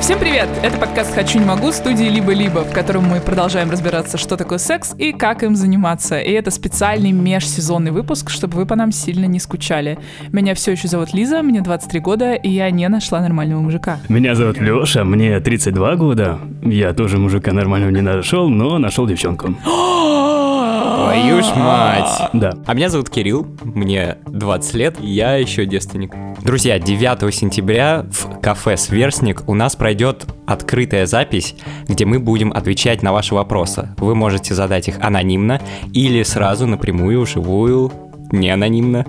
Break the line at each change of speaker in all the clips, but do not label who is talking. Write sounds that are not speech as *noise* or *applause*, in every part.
Всем привет! Это подкаст «Хочу, не могу» студии «Либо-либо», в котором мы продолжаем разбираться, что такое секс и как им заниматься. И это специальный межсезонный выпуск, чтобы вы по нам сильно не скучали. Меня все еще зовут Лиза, мне 23 года, и я не нашла нормального мужика.
Меня зовут Леша, мне 32 года. Я тоже мужика нормального не нашел, но нашел *gasps* девчонку.
Твою ж мать!
Да.
А меня зовут Кирилл, мне 20 лет, и я еще девственник. Друзья, 9 сентября в кафе «Сверстник» у нас пройдет открытая запись, где мы будем отвечать на ваши вопросы. Вы можете задать их анонимно или сразу напрямую, вживую, не анонимно.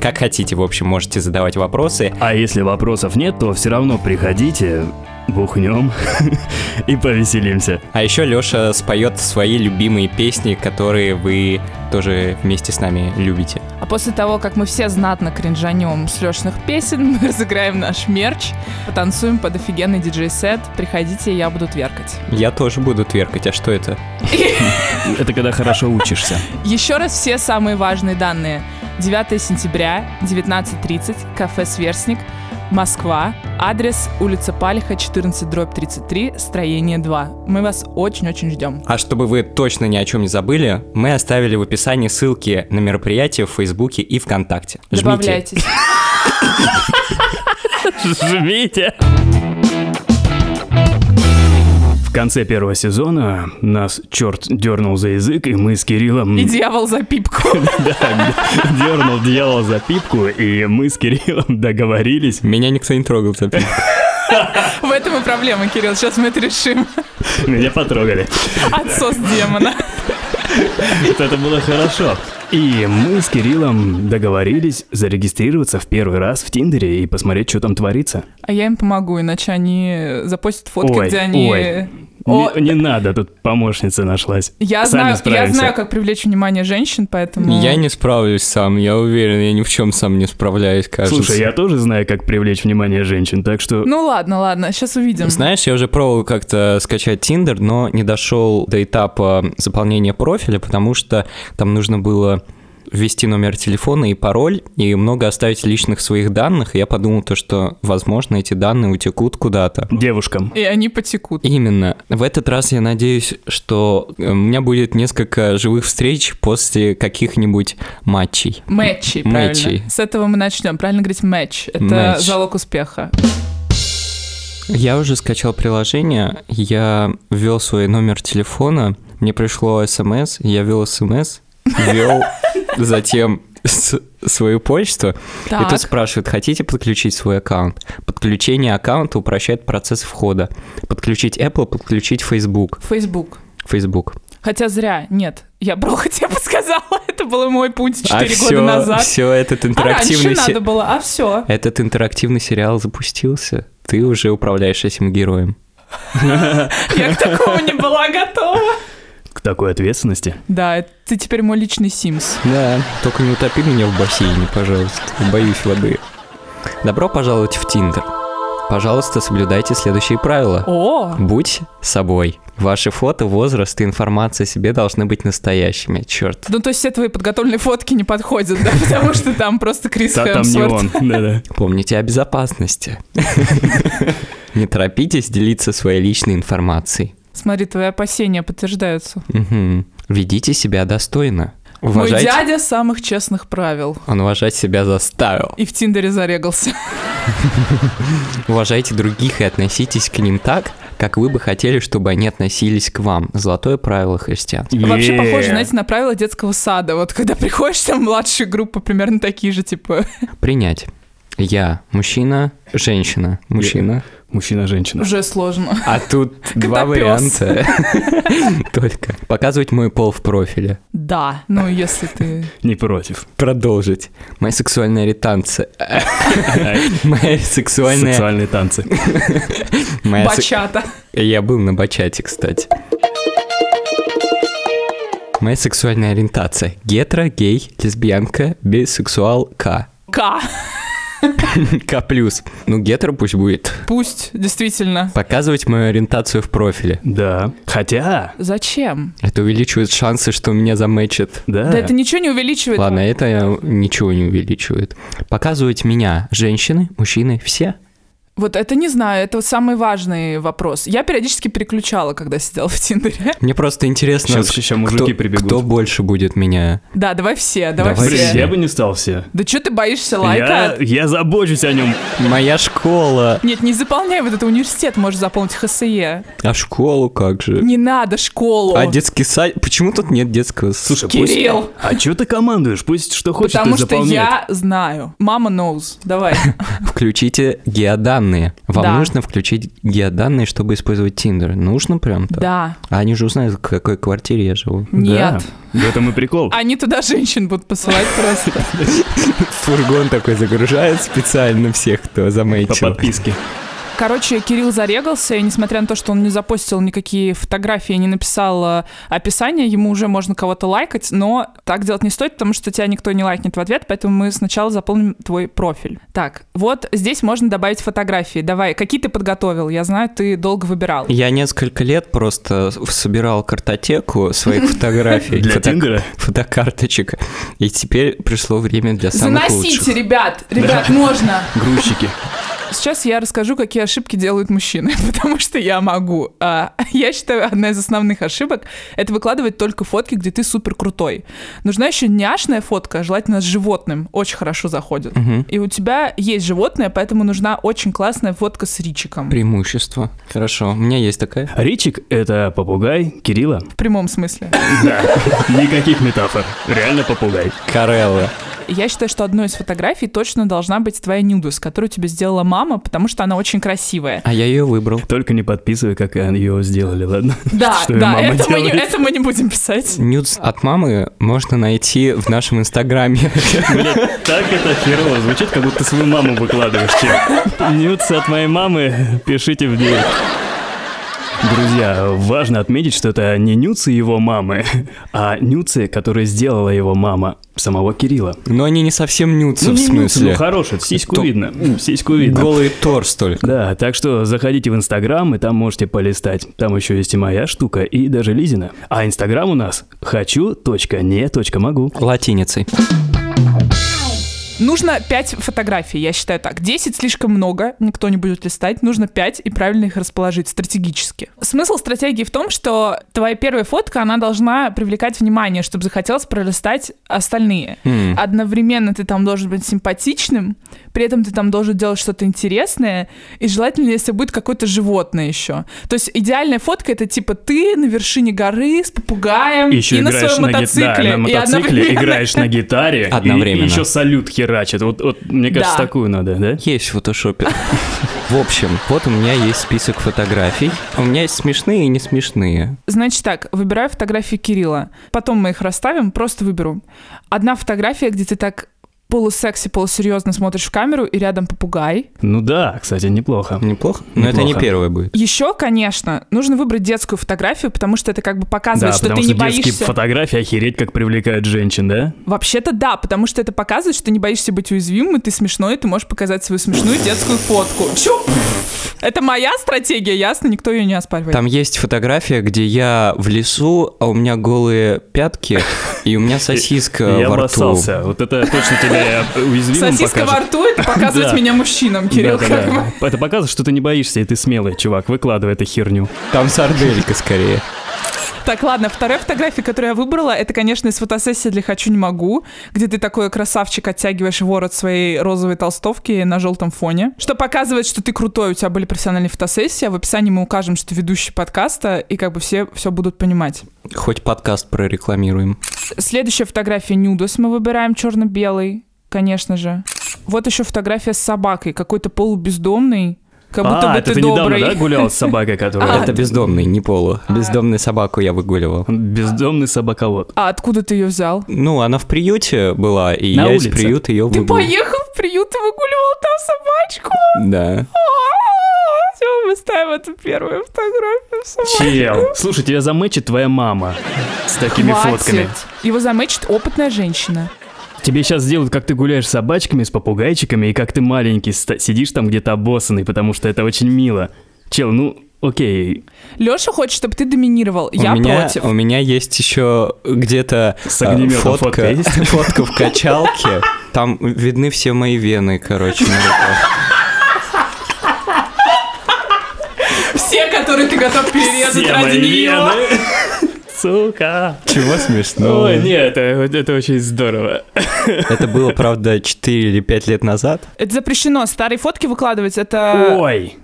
Как хотите, в общем, можете задавать вопросы.
А если вопросов нет, то все равно приходите, бухнем *laughs* и повеселимся.
А еще Леша споет свои любимые песни, которые вы тоже вместе с нами любите.
А после того, как мы все знатно кринжанем с Лешных песен, *laughs* мы разыграем наш мерч, потанцуем под офигенный диджей-сет. Приходите, я буду тверкать.
Я тоже буду тверкать, а что это?
Это когда хорошо учишься.
Еще раз все самые важные данные. 9 сентября, 19.30, кафе «Сверстник», Москва, адрес улица Палиха, 14 дробь 33, строение 2. Мы вас очень-очень ждем.
А чтобы вы точно ни о чем не забыли, мы оставили в описании ссылки на мероприятие в Фейсбуке и ВКонтакте. Жмите.
Добавляйтесь.
Жмите! В конце первого сезона нас черт дернул за язык, и мы с *laughs* Кириллом...
И дьявол за пипку.
Да, дернул дьявол за пипку, и мы с Кириллом договорились.
Меня никто не трогал, Цапи.
В этом и проблема, Кирилл. Сейчас мы это решим.
Меня потрогали.
Отсос демона.
Вот Это было хорошо. И мы с Кириллом договорились зарегистрироваться в первый раз в Тиндере и посмотреть, что там творится.
А я им помогу, иначе они запостят фотки,
Ой,
где они...
ой.
О,
Не, не надо, тут помощница нашлась.
я,
Сами
знаю, я
справимся.
знаю, как привлечь внимание женщин, поэтому...
Я не справлюсь сам, я уверен, я ни в чем сам не справляюсь, кажется.
Слушай, я тоже знаю, как привлечь внимание женщин, так что...
Ну ладно, ладно, сейчас увидим.
Знаешь, я уже пробовал как-то скачать Тиндер, но не дошел до этапа заполнения профиля, потому что там нужно было ввести номер телефона и пароль, и много оставить личных своих данных, и я подумал то, что, возможно, эти данные утекут куда-то.
Девушкам.
И они потекут.
Именно. В этот раз я надеюсь, что э, у меня будет несколько живых встреч после каких-нибудь матчей.
Мэтчи, правильно.
Мэтчи.
С этого мы начнем. Правильно говорить мэтч. Это
Мэтч.
залог успеха.
Я уже скачал приложение, я ввел свой номер телефона, мне пришло смс, я ввел смс,
*laughs*
ввел затем с- свою почту, и
Так.
тут спрашивают, хотите подключить свой аккаунт? Подключение аккаунта упрощает процесс входа. Подключить Apple, подключить Facebook.
Facebook.
Facebook.
Хотя зря, нет, я *laughs* брохо тебе подсказала, это был мой путь 4 года
все,
назад.
все А
а
этот
раньше
интерактивный... се-
надо было, а все.
Этот интерактивный сериал запустился. Ты уже управляешь этим героем.
Я к такому не была готова.
*laughs*
К такой ответственности.
Да, это- ты теперь мой личный Симс.
Да. Только не утопи меня в бассейне, пожалуйста. Боюсь воды. Добро пожаловать в Тиндер. Пожалуйста, соблюдайте следующие правила.
О,
Будь собой. Ваши фото, возраст и информация о себе должны быть настоящими. Черт.
ну то есть все твои подготовленные фотки не подходят, да, *laughs* потому что там просто Крис
Та там не
Хемсворт. *laughs*
он. Да-да.
Помните о безопасности. *laughs* Не торопитесь делиться своей личной информацией.
Смотри, твои опасения подтверждаются.
Мгм. Ведите себя достойно.
Мой
Уважайте.
дядя самых честных правил.
Он уважать себя заставил.
И в Тиндере зарегался.
Уважайте других и относитесь к ним так, как вы бы хотели, чтобы они относились к вам. Золотое правило христиан.
Вообще
Е-е.
похоже, знаете, на правила детского сада. Вот когда приходишь, там младшие группы примерно такие же, типа, *laughs*
Принять. Я мужчина, женщина, мужчина.
Мужчина-женщина.
уже сложно.
А тут два
Котопёс.
варианта. *laughs* Только. Показывать мой пол в профиле.
Да, ну если ты...
Не против.
Продолжить. Моя сексуальная *laughs* ретанция. Моя сексуальная...
*laughs*
Сексуальные танцы.
моя се-
Бачата.
Я был на бачате, кстати. Моя сексуальная *laughs* ориентация. Гетро, гей, лесбиянка, бисексуалка.
К.
К плюс. Ну, гетеро пусть будет.
Пусть, действительно.
Показывать мою ориентацию в профиле.
Да. Хотя...
Зачем?
Это увеличивает шансы, что меня заметчат.
Да.
Да, это ничего не увеличивает.
Ладно, это ничего не увеличивает. Показывать меня женщины, мужчины, все.
Вот это не знаю, это вот самый важный вопрос. Я периодически переключала, когда сидела в Тиндере. *laughs*
Мне просто интересно,
Сейчас
к-
еще мужики
кто,
прибегут.
кто больше будет меня.
Да, давай все, давай,
Давай
Блин,
все.
все.
я бы не стал все.
Да что ты боишься
Я,
лайка?
я забочусь о нем.
Моя школа.
Нет, не заполняй вот это университет, можешь заполнить ХСЕ.
А школу как же?
Не надо школу.
А детский сад? Почему тут нет детского сада?
Слушай, пусть...
Кирилл.
А чё ты командуешь? Пусть что хочет,
Потому
ты
что
заполняет.
я знаю. Мама knows. Давай.
*laughs* Включите геоданные. Вам
Да.
нужно включить геоданные, чтобы использовать Тиндер. Нужно прям так?
Да.
А они же узнают, в какой квартире я живу.
Нет. А
Да, в этом и прикол.
Они туда женщин будут посылать просто.
Фургон такой загружает специально всех, кто
По
заметил.
подписке.
Короче, Кирилл зарегался, и несмотря на то, что он не запостил никакие фотографии, не написал э, описание, ему уже можно кого-то лайкать, но так делать не стоит, потому что тебя никто не лайкнет в ответ, поэтому мы сначала заполним твой профиль. Так, вот здесь можно добавить фотографии. Давай, какие ты подготовил? Я знаю, ты долго выбирал.
Я несколько лет просто в- собирал
*laughs*
картотеку своих фотографий,
Для
фото-
Тиндера?
фотокарточек, и теперь пришло время для самых
Заносите,
лучших.
ребят! Ребят, можно!
Грузчики.
Сейчас я расскажу, какие ошибки делают мужчины, *laughs* потому что я могу. А, я считаю, одна из основных ошибок — это выкладывать только фотки, где ты супер крутой. Нужна еще няшная фотка, желательно с животным, очень хорошо заходит.
Мгм.
И у тебя есть животное, поэтому нужна очень классная фотка с Ричиком.
Преимущество. Хорошо, у меня есть такая.
Ричик — это попугай Кирилла.
В прямом смысле.
Да, никаких метафор. Реально попугай.
Карелла.
Я считаю, что одной из фотографий точно должна быть твоя нюдус, которую тебе сделала мама, потому что она очень красивая.
А я ее выбрал.
Только не подписывай, как ее сделали, ладно?
Да,
*laughs* Что её
да,
мама
это мы, не,
делает?
это мы не будем писать.
Нюдс от мамы можно найти в нашем инстаграме. *laughs*
Блядь, так это херово звучит, как будто свою маму выкладываешь, чел. Нюдс от моей мамы, пишите в дверь. Друзья, важно отметить, что это не нюцы его мамы, а нюцы, которые сделала его мама, самого Кирилла.
Но они не совсем нюдсы,
Ну,
в
не нюцы, ну
смысле.
хороший, сиську
То-
видно, сиську видно.
Голый торс только.
Да, так что заходите в Инстаграм, и там можете полистать. Там еще есть и моя штука, и даже Лизина. А Инстаграм у нас хочу.не.могу.
Латиницей.
Нужно 5 фотографий, я считаю так. 10 слишком много, никто не будет листать. Нужно 5 и правильно их расположить стратегически. Смысл стратегии в том, что твоя первая фотка, она должна привлекать внимание, чтобы захотелось пролистать остальные.
Хм.
М.
Одновременно ты там должен быть симпатичным, при этом ты там должен делать что-то интересное, и желательно, если будет какое-то животное еще. То есть идеальная фотка это типа ты на вершине горы с попугаем
И
*laughs*
еще
и на
играешь
своем
на, ги-
мотоцикле.
да, на
и
мотоцикле,
одновременно-
играешь на
*laughs*
гитаре, и-
Одновременно.
и еще салют херачит. Вот, вот мне кажется,
Да.
такую надо, да?
Есть в фотошопе. В общем, вот у меня есть список фотографий. У меня есть смешные и не смешные.
Значит так, выбираю фотографии Кирилла. Потом мы их расставим, просто выберу. Одна фотография, где ты так полусекси, полусерьезно смотришь в камеру, и рядом попугай.
Ну да, кстати, неплохо.
Неплохо? Но это не
Неплохо.
первое будет.
Еще, конечно, нужно выбрать детскую фотографию, потому что это как бы показывает,
да,
что
потому
ты
что
не
детские
боишься.
фотографии охереть, как привлекают женщин, да?
Вообще-то да, потому что это показывает, что ты не боишься быть уязвимым, и ты смешной, и ты можешь показать свою смешную детскую фотку. Чё? Это моя стратегия, ясно, никто ее не оспаривает.
Там есть фотография, где я в лесу, а у меня голые пятки, и
*laughs*
у меня сосиска
Я
во рту.
обоссался. Вот это точно тебя уязвимым
Сосиска во
покажет.
рту, это показывает
Да.
меня мужчинам, Кирилл,
Да-да-да.
как бы.
Это показывает, что ты не боишься, и ты смелый, чувак. Выкладывай эту херню.
Там сарделька скорее.
Так, ладно, вторая фотография, которую я выбрала, это, конечно, из фотосессии для «Хочу, не могу», где ты такой красавчик оттягиваешь ворот своей розовой толстовки на желтом фоне, что показывает, что ты крутой, у тебя были профессиональные фотосессии, а в описании мы укажем, что ты ведущий подкаста, и как бы все все будут понимать.
Хоть подкаст прорекламируем.
Следующая фотография нюдос мы выбираем черно-белый, конечно же. Вот еще фотография с собакой, какой-то полубездомный, как будто
а,
бы
это
ты,
ты
добрый.
недавно, да, гулял с собакой,
*laughs*
которая...
Это бездомный, не полу. Бездомный собаку я выгуливал.
Бездомный собаковод.
А откуда ты ее взял?
Ну, она в приюте была, и
На
я
улице.
из приюта ее
Ты
выгуливал.
поехал в приют и выгуливал там собачку?
Да.
Все, А, мы ставим эту первую фотографию
Чел, слушай, тебя замычит твоя мама с такими фотками.
Его замечит опытная женщина.
Тебе сейчас сделают, как ты гуляешь с собачками, с попугайчиками, и как ты маленький ста- сидишь там где-то обоссанный, потому что это очень мило. Чел, ну, окей,
Леша хочет, чтобы ты доминировал. Я
у меня,
против.
У меня есть еще где-то
С
э,
огнемётом
фотка,
фотка есть?
*laughs* фотка в качалке. Там видны все мои вены, короче, на руках.
Все, которые ты готов перерезать
Все
ради
мои
нее.
вены. *laughs* Сука.
Чего смешного?
Ой, нет, это, это очень здорово.
Это было, правда, 4 или 5 лет назад.
Это запрещено. Старые фотки выкладывать это.
Ой.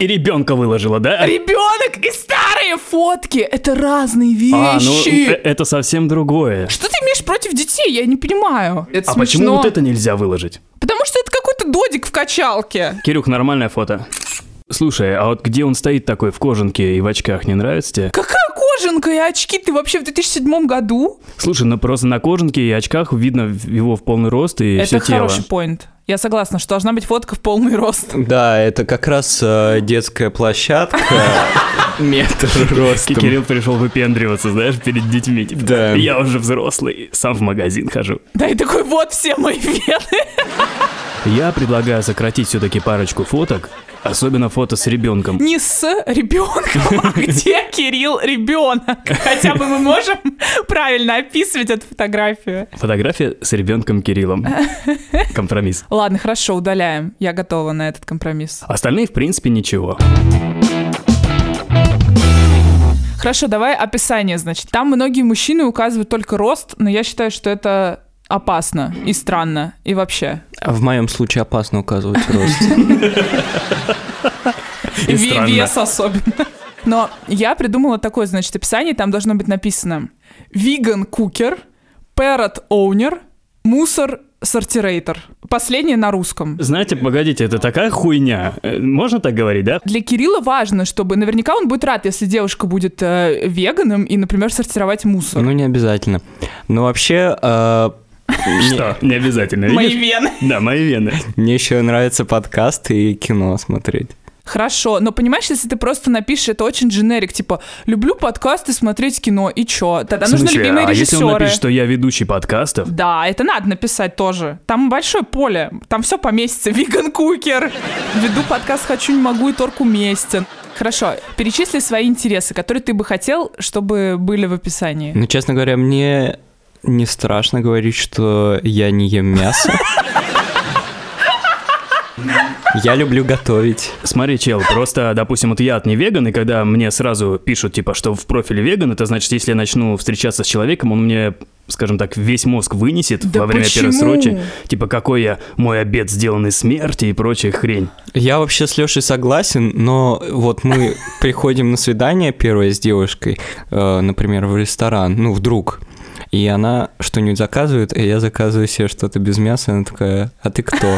И ребенка выложила, да?
Ребенок и старые фотки. Это разные
А, ну,
вещи.
э- это совсем другое.
Что ты имеешь против детей? Я не понимаю. Это
А
смешно.
почему вот это нельзя выложить?
Потому что это какой-то додик в качалке.
Кирюх, нормальное фото. Слушай, а вот где он стоит такой в кожанке и в очках, не нравится тебе?
Какая кожанка и очки? Ты вообще в 2007 году?
Слушай, ну просто на кожанке и очках видно в- его в полный рост и
это
все тело.
хороший поинт. Я согласна, что должна быть фотка в полный рост. *laughs*
Да, это как раз э,
*laughs*
детская площадка. *laughs* Метр
Ки-
ростом.
Кирилл пришел выпендриваться, знаешь, перед детьми. типа,
Да.
Я уже взрослый, сам в магазин хожу.
Да и такой, вот все мои вены. *laughs*
Я предлагаю сократить все-таки парочку фоток, особенно фото с ребенком.
Не с ребенком,
*laughs*
а где Кирилл ребенок? Хотя бы мы можем *laughs* правильно описывать эту фотографию.
Фотография с
*laughs*
ребенком Кириллом. Компромисс.
Ладно, хорошо, удаляем. Я готова на этот компромисс.
Остальные, в принципе, ничего.
Хорошо, давай описание, значит. Там многие мужчины указывают только рост, но я считаю, что это опасно и странно, и вообще.
А В моем случае опасно указывать
*laughs*
рост.
И
Ве-
странно.
Вес особенно. *laughs* Но я придумала такое, значит, описание, там должно быть написано «Виган кукер», «Parrot оунер», «Мусор сортирейтер». Последнее на русском.
Знаете, погодите, это такая хуйня. Э, Можно так говорить, да?
Для Кирилла важно, чтобы... Наверняка он будет рад, если девушка будет э, веганом и, например, сортировать мусор.
Ну, не обязательно. Но вообще, э,
Что? Не обязательно.
Мои
Ну, видишь?
вены.
Да, мои вены.
мне еще нравится подкаст и кино смотреть.
Хорошо, но понимаешь, если ты просто напишешь, это очень дженерик, типа «люблю подкасты, смотреть кино» и чё? Тогда
В
нужны
смысле,
любимые
а если он
режиссеры.
напишет, что я ведущий подкастов,
Да, это надо написать тоже. Там большое поле, там все поместится. *laughs* Виган Кукер. Веду подкаст «Хочу, не могу» и торг уместен. Хорошо, перечисли свои интересы, которые ты бы хотел, чтобы были в описании.
Ну, честно говоря, мне не страшно говорить, что я не ем мясо. Я люблю готовить.
Смотри, чел, просто, допустим, вот я от не веган, и когда мне сразу пишут, типа, что в профиле веган, это значит, если я начну встречаться с человеком, он мне, скажем так, весь мозг вынесет
Да
во время первой
почему?
срочи. Типа, какой я, мой обед сделанный смерти и прочая хрень.
Я вообще с Лешей согласен, но вот мы приходим на свидание первое с девушкой, э, например, в ресторан, ну, вдруг, и она что-нибудь заказывает, и я заказываю себе что-то без мяса, и она такая, а ты кто?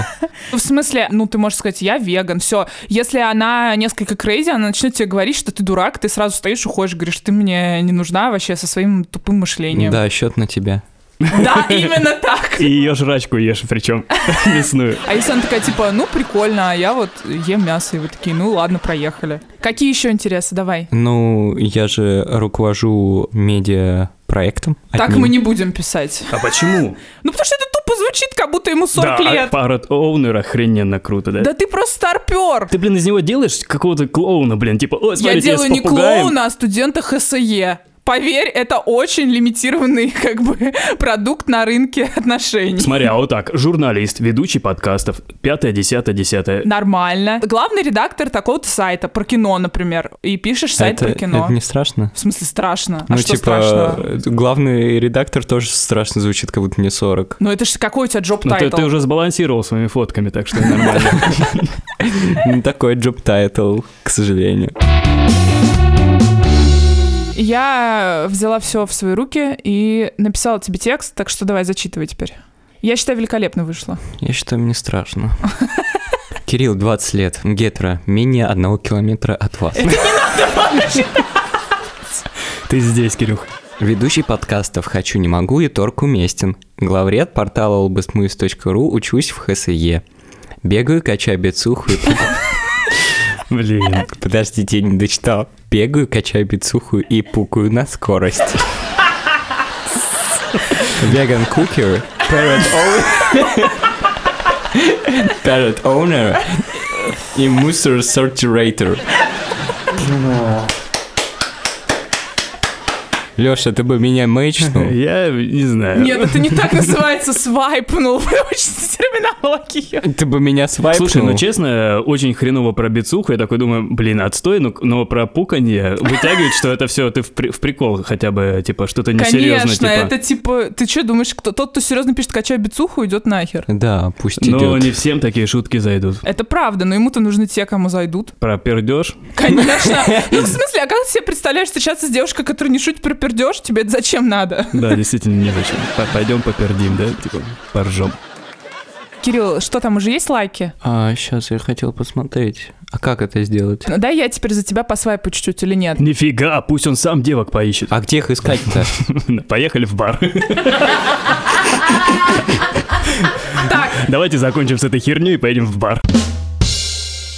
В смысле, ну ты можешь сказать, я веган, все. Если она несколько крейзи, она начнет тебе говорить, что ты дурак, ты сразу стоишь, уходишь, говоришь, ты мне не нужна вообще со своим тупым мышлением.
Да, счет на тебя.
*laughs* Да, именно так.
И ее жрачку ешь, причем *laughs* мясную.
А если она такая, типа, ну прикольно, а я вот ем мясо, и вы такие, ну ладно, проехали. Какие еще интересы, давай.
Ну, я же руковожу медиапроектом.
Так
одним.
мы не будем писать.
А почему?
Ну, потому что это тупо звучит, как будто ему 40
Да, а
лет.
парад оунер охрененно круто, да?
Да ты просто старпер.
Ты, блин, из него делаешь какого-то клоуна, блин, типа, ой,
Я
смотрите,
делаю
с
не
попугаем».
клоуна, а студента ХСЕ. Поверь, это очень лимитированный *laughs* как бы продукт на рынке отношений.
Смотри, а вот так, журналист, ведущий подкастов, пятое, десятое, десятое.
Нормально. Главный редактор такого-то сайта про кино, например, и пишешь сайт
А это,
про кино.
это не страшно?
В смысле страшно? а
ну,
что
типа,
страшного?
э, главный редактор тоже страшно звучит, как будто
*laughs*
мне 40.
Ну это же какой у тебя джоб
Ну, ты,
тайтл?
ты уже сбалансировал своими фотками, так что нормально.
Не Ну, такой джоб тайтл, к сожалению.
Я взяла все в свои руки и написала тебе текст, так что давай зачитывай теперь. Я считаю, великолепно вышло.
Я считаю, мне страшно. Кирилл, 20 лет, гетро, менее одного километра от вас. *laughs*
Ты *laughs* здесь, Кирюх.
Ведущий подкастов «Хочу, не могу» и торг уместен. Главред портала lbsmus.ru, учусь в ХСЕ. Бегаю, качаю бицуху и... *laughs*
Блин.
Подождите, я не дочитал. Бегаю, качаю бицуху и пукаю на скорости. Веган кукер Parrot owner. *laughs* Parrot owner и мусор сортиратор. Леша, ты бы меня
*laughs*
мэйчнул?
Я не знаю.
Нет, ну, это не так называется свайпнул. Вы учите терминологию.
Ты бы меня свайпнул?
Слушай, ну честно, очень хреново про бицуху. Я такой думаю, блин, отстой, ну, но про пуканье вытягивает, что это все ты в, при- в прикол хотя бы, типа, что-то несерьезно.
Конечно,
типа.
это типа... Ты что думаешь, кто, тот, кто серьезно пишет «качай бицуху», идет нахер?
Да, пусть
Но
идет.
Ну, не всем такие шутки зайдут.
Это правда, но ему-то нужны те, кому зайдут.
Про пердеж.
Конечно. Ну, в смысле, а как ты себе представляешь встречаться с девушкой, которая не шутит про пердеж? Тебе это зачем надо?
Да, действительно, незачем. П- Пойдем попердим, да? Типа, поржем.
Кирилл, что там, уже есть лайки?
А, сейчас я хотел посмотреть. А как это сделать?
Ну, Дай я теперь за тебя посвайпу чуть-чуть или нет?
Нифига, пусть он сам девок поищет. *laughs*
А где их искать-то?
Поехали в бар.
Так,
Давайте закончим с этой херней и поедем в бар.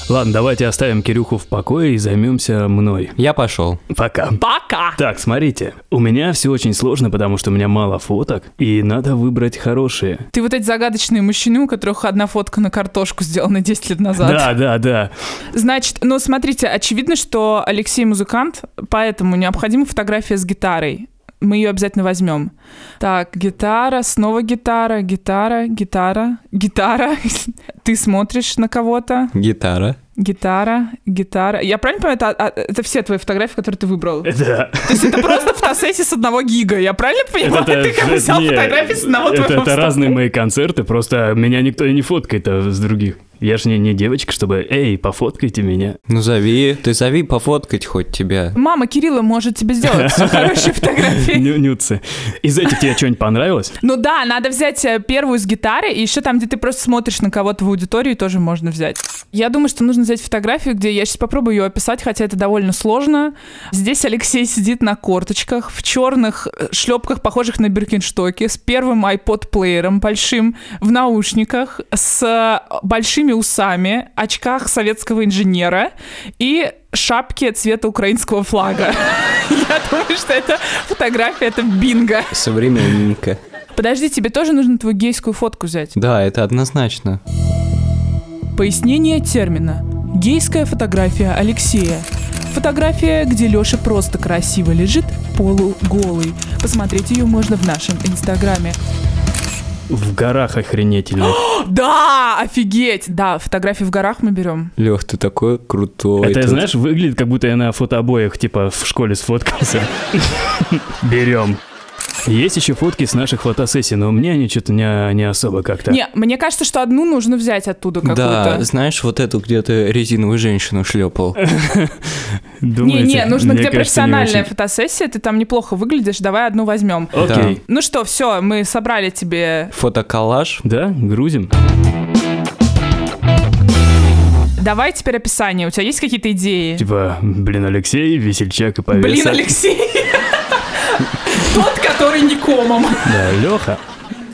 Ладно, давайте оставим Кирюху в покое и займемся мной.
Я пошел.
Пока.
пока.
Так, смотрите, у меня все очень сложно, потому что у меня мало фоток, и надо выбрать хорошие.
Ты вот эти загадочные мужчины, у которых одна фотка на картошку сделана 10 лет назад.
Да, да, да.
Значит, ну смотрите, очевидно, что Алексей музыкант, поэтому необходима фотография с гитарой. Мы ее обязательно возьмем. Так, гитара, снова гитара, гитара, гитара, гитара. *laughs* Ты смотришь на кого-то.
Гитара.
Гитара, гитара. Я правильно понимаю, это, а, это все твои фотографии, которые ты выбрал? То
Да.
есть это просто фотосессия с одного гига. Я правильно понимаю? Ты как бы взял
не,
фотографии с одного
это,
твоего
это
фото-
разные мои концерты, просто меня никто и не фоткает а, с других. Я ж не, не девочка, чтобы, эй, пофоткайте меня.
Ну зови. Ты зови пофоткать хоть тебя.
Мама Кирилла может тебе
*laughs*
сделать хорошие фотографии.
Ню- Нюцы. Из этих тебе что-нибудь понравилось?
Ну да, надо взять э, первую с гитары, и еще там, где ты просто смотришь на кого-то в аудитории, тоже можно взять. Я думаю, что нужно взять фотографию, где я сейчас попробую ее описать, хотя это довольно сложно. Здесь Алексей сидит на корточках, в черных э, шлепках, похожих на биркинштоки, с первым iPod-плеером большим, в наушниках, с э, большими усами, очках советского инженера и шапке цвета украинского флага. *laughs* Я думаю, что это фотография, это бинго.
Современненько.
Подожди, тебе тоже нужно твою гейскую фотку взять.
Да, это однозначно.
Пояснение термина. Гейская фотография Алексея. Фотография, где Лёша просто красиво лежит, полуголый. Посмотреть ее можно в нашем инстаграме.
В горах охренительно.
Да, офигеть! Да, фотографии в горах мы берем.
Лех, ты такой крутой.
Это,
Тут-
знаешь, выглядит, как будто я на фотообоях, типа, в школе сфоткался. Берем. Есть еще фотки с наших фотосессий, но мне они что-то не, не особо как-то.
Не, мне кажется, что одну нужно взять оттуда
Да,
какую-то.
знаешь, вот эту где ты резиновую женщину шлепал.
Думаете?
не, не, нужно
Мне
где
кажется, не
профессиональная
очень.
фотосессия, ты там неплохо выглядишь, давай одну возьмем.
Окей.
Ну что, все, мы собрали тебе.
Фотоколлаж.
Да, грузим.
Давай теперь описание. У тебя есть какие-то идеи?
Типа, блин, Алексей, весельчак и повеса.
Блин, Алексей! *laughs* Тот, который не комом.
Да, Леха.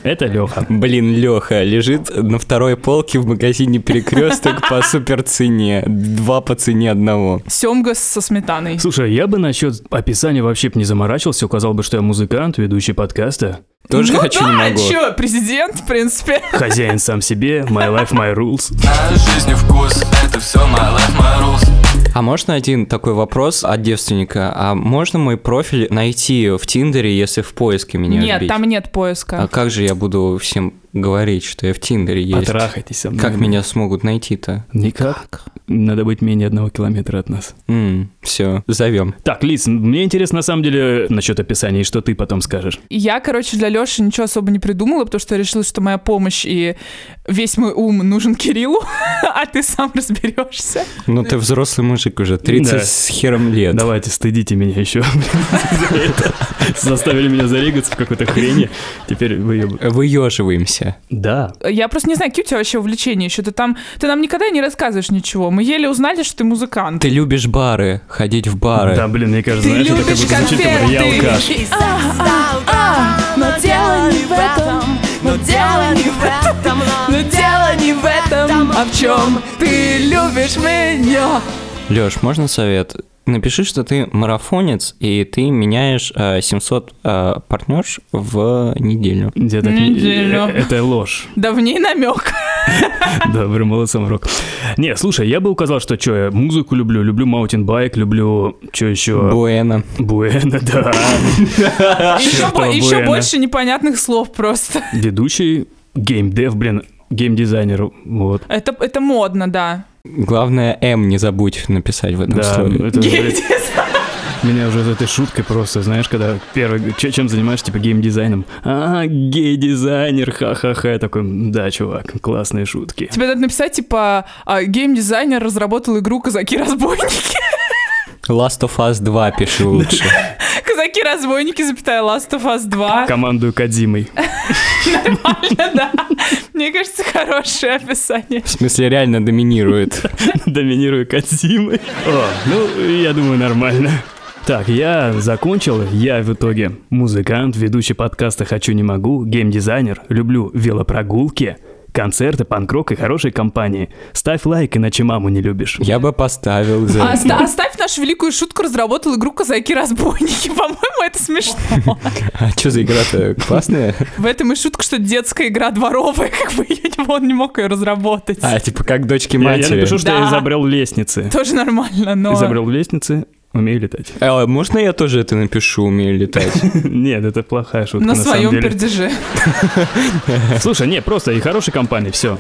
Это Леха.
Блин, Леха лежит на второй полке в магазине перекресток по супер цене. Два по цене одного.
Семга со сметаной.
Слушай, а я бы насчет описания вообще б не заморачивался, указал бы, что я музыкант, ведущий подкаста,
Тоже
ну
хочу
да,
не могу.
чё, президент, в
*laughs*
принципе.
хозяин сам себе, my life, my rules.
А жизни вкус, это все my life, my rules
А можно один такой вопрос от девственника? А можно мой профиль найти в Тиндере, если в поиске меня
Нет,
вбить?
там нет
А
поиска.
как же я буду всем говорить, что я в Тиндере есть?
Потрахайтесь со мной.
Как меня смогут найти-то?
Никак. Надо быть менее одного километра от нас.
все, зовем.
Так, Лиз, мне интересно на самом деле насчет описания, и что ты потом скажешь.
И Я, короче, для Лёши ничего особо не придумала, потому что я решила, что моя помощь и весь мой ум нужен Кириллу, *laughs* а ты сам разберешься.
Ну ты взрослый мужик уже, 30
Да.
с хером
*laughs*
лет.
Давайте, стыдите меня еще. за это. *laughs* Заставили меня зарегаться в какой-то хрени. Теперь вы ее...
Выеживаемся.
Да.
Я просто не знаю, какие у тебя вообще увлечения еще. Ты там, ты нам никогда не рассказываешь ничего. Мы еле узнали, что ты музыкант.
Ты любишь бары, ходить в бары.
Да, блин, мне кажется,
Ты
знаешь, это как
любишь
бы звучит, как бы я алкаш.
конфеты. А, Но дело не в этом, но дело не в этом, но дело не в этом, а в чем ты любишь меня?
Леш, можно совет? Напиши, что ты марафонец, и ты меняешь э, 700 э, партнерш в неделю.
Я так не-
Неделю.
э, Это *laughs* ложь.
Давней намек.
Добрым молодцом, Рок. Не, слушай, я бы указал, что что, я музыку люблю, люблю маутинбайк, люблю, что еще?
Буэна.
Буэна, *laughs* да.
Еще,
Чёртова Буэна.
больше непонятных слов просто.
Ведущий, геймдев, блин, геймдизайнер, вот.
Это, это модно, да.
Главное, М не забудь написать в этом
Да,
слове.
это, блин,
Геймдизайн.
*laughs* меня уже за этой шуткой просто, знаешь, когда первый, «Чё- чем занимаешься, типа геймдизайном? А, гей-дизайнер, ха-ха-ха, Я такой, «М, да, чувак, классные шутки.
Тебе надо написать, типа, а, геймдизайнер разработал игру *laughs* «Казаки-разбойники».
Last of Us 2 пиши лучше.
«Казаки-разбойники», запятая, «Last of Us 2».
Командую Кадзимой. *laughs*
Нормально, да. Мне кажется, хорошее описание.
В смысле, реально доминирует.
Доминирую Кадзимой. О, ну, я думаю, нормально. Так, я закончил, я в итоге музыкант, ведущий подкаста «Хочу, не могу», геймдизайнер, люблю велопрогулки, концерты, панк-рок и хорошие компании. Ставь лайк, иначе маму не любишь.
Я бы поставил за...
Оста- Оставь нашу великую шутку, разработал игру «Казаки-разбойники». *laughs* По-моему, это смешно.
А что за игра-то классная?
В этом и шутка, что детская игра дворовая, *laughs* как бы её- он не мог ее разработать.
А, типа, как дочки
Я, я
матери.
напишу, что
Да.
я изобрел лестницы.
Тоже нормально, но...
Изобрел лестницы, умею летать. *laughs*
Э, можно я тоже это напишу, умею летать?
Нет, это плохая шутка.
На,
На,
своем
самом деле.
пердеже.
Слушай, не, просто и хорошей компании, все.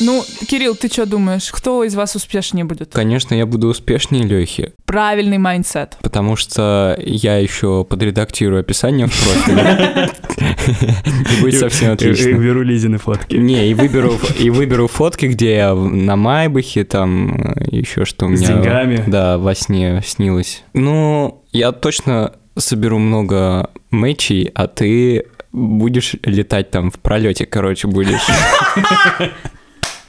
Ну, Кирилл, ты что думаешь, кто из вас успешнее будет?
Конечно, я буду успешнее Лехи,
Правильный майндсет.
потому что я еще подредактирую описание в профиле. И будет совсем
И, и
отлично.
беру Лизины фотки.
Не, и выберу, и выберу фотки, где я в- на Майбахе, там еще что у
С
меня...
деньгами.
Да, во сне снилось. Ну, я точно соберу много мэчей, а ты будешь летать там в пролете, короче, будешь.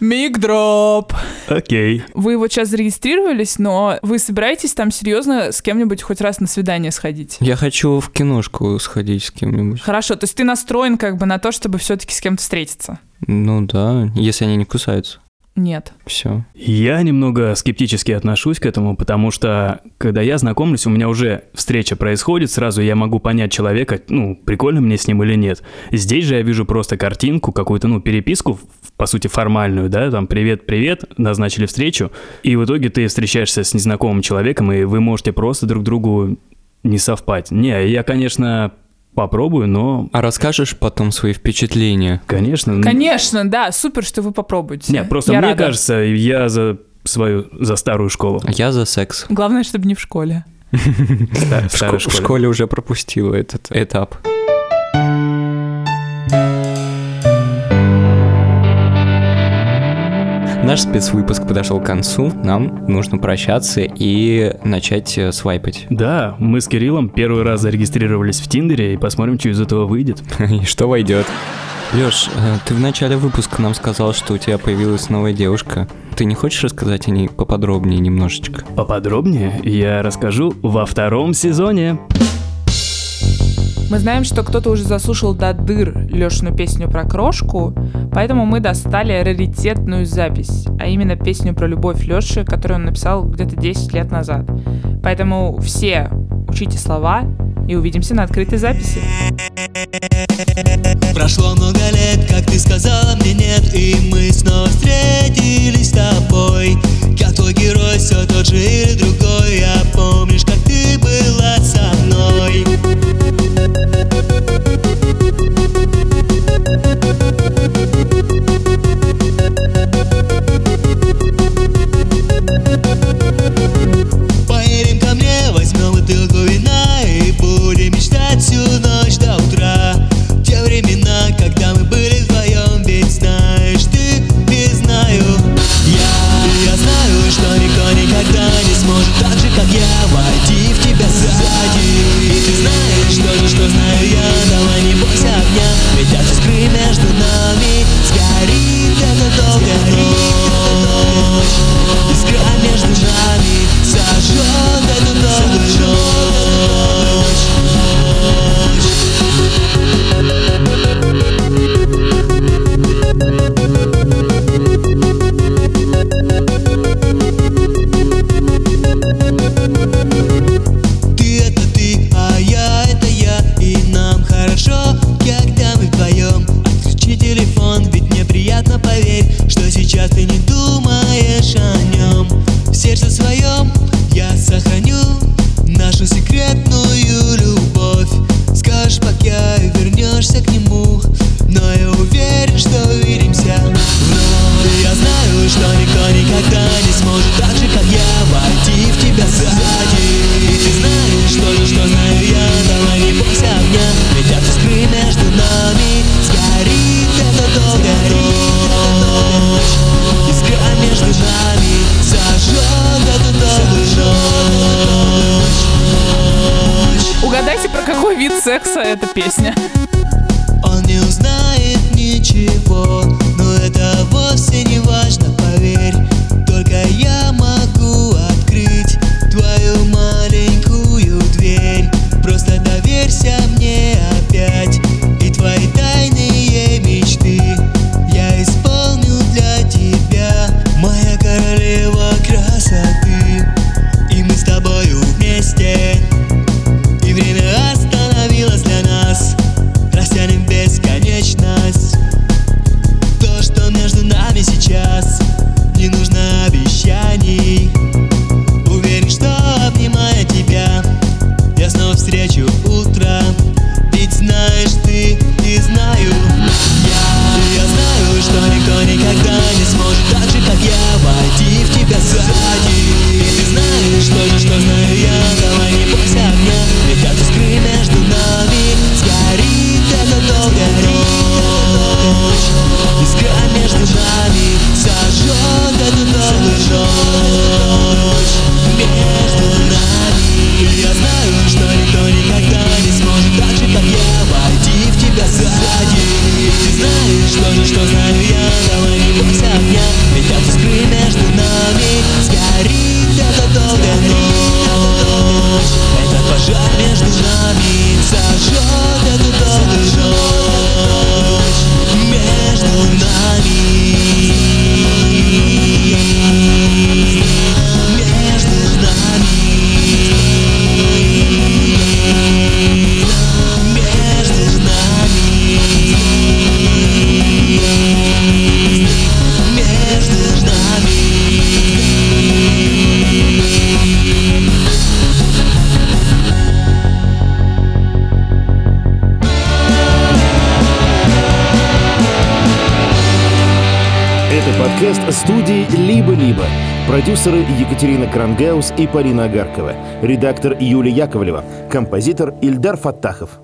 Мигдроп.
Окей.
Вы вот сейчас зарегистрировались, но вы собираетесь там серьезно с кем-нибудь хоть раз на свидание сходить?
Я хочу в киношку сходить с кем-нибудь.
Хорошо, то есть ты настроен как бы на то, чтобы все-таки с кем-то встретиться?
Ну да, если они не кусаются.
Нет.
Все.
Я немного скептически отношусь к этому, потому что, когда я знакомлюсь, у меня уже встреча происходит, сразу я могу понять человека, ну, прикольно мне с ним или нет. Здесь же я вижу просто картинку, какую-то, ну, переписку, в- по сути, формальную, да, там, привет-привет, назначили встречу, и в итоге ты встречаешься с незнакомым человеком, и вы можете просто друг другу не совпать. Не, я, конечно, попробую, но,
А расскажешь потом свои впечатления?
конечно... ну,
Конечно, да, супер, что вы попробуете.
Не, просто
Я
мне
рада.
кажется, я за свою, за старую школу.
Я за секс.
Главное, чтобы не в школе.
Ста-
В, шко-
старую
в
школу.
школе уже пропустила этот этап. Наш спецвыпуск подошел к концу, нам нужно прощаться и начать э, свайпать. *laughs*
Да, мы с Кириллом первый раз зарегистрировались в Тиндере и посмотрим, что из этого выйдет.
И что войдет? Леш, э, ты в начале выпуска нам сказал, что у тебя появилась новая девушка. Ты не хочешь рассказать о ней поподробнее немножечко?
Поподробнее я расскажу во втором сезоне.
Мы знаем, что кто-то уже заслушал до дыр Лешину песню про крошку, поэтому мы достали раритетную запись, а именно песню про любовь Леши, которую он написал где-то 10 лет назад. Поэтому все учите слова и увидимся на открытой записи.
Прошло много лет, как ты сказала А мне нет И мы снова встретились с тобой Я твой герой, все тот же или другой А помнишь, как ты была со мной Поедем ко мне, возьмем бутылку вина И будем мечтать всю ночь до утра Те времена, когда мы были вдвоем Ведь знаешь ты и знаю Я, я знаю, что никто никогда не сможет так же, как я а
вид секса эта песня.
Он не узнает ничего, но это вовсе не важно, поверь. Только я могу открыть твою маленькую дверь. Просто доверься мне опять, и твои тайные мечты я исполню для тебя, моя королева красоты. И мы с тобою вместе. И время остановилось для нас Растянем бесконечность То, что между нами сейчас Не нужно обещаний Уверен, что обнимая тебя Я снова встречу утро Ведь знаешь ты и знаю я И я знаю, что никто никогда не сможет Так же, как я, войти в тебя сзади И ты знаешь, что же, что знаю я Давай не бойся огня Ведь от искры между нами Сгорит эта долгая ночь Искра между нами Сожжет эту долгую ночь Между нами И я знаю, что никто никогда не сможет Так же, как я, войти в тебя сзади И ты знаешь, что же, что знаю я Давай не бойся огня Ведь от искры между нами Сгорит эта долгая ночь Этот пожар между нами Сожжет эту долгую ночь Между нами Между нами Между нами Между нами
Это подкаст студии «Либо-либо». Продюсеры Екатерина Крангаус и Полина Агаркова. Редактор Юлия Яковлева. Композитор Ильдар Фаттахов.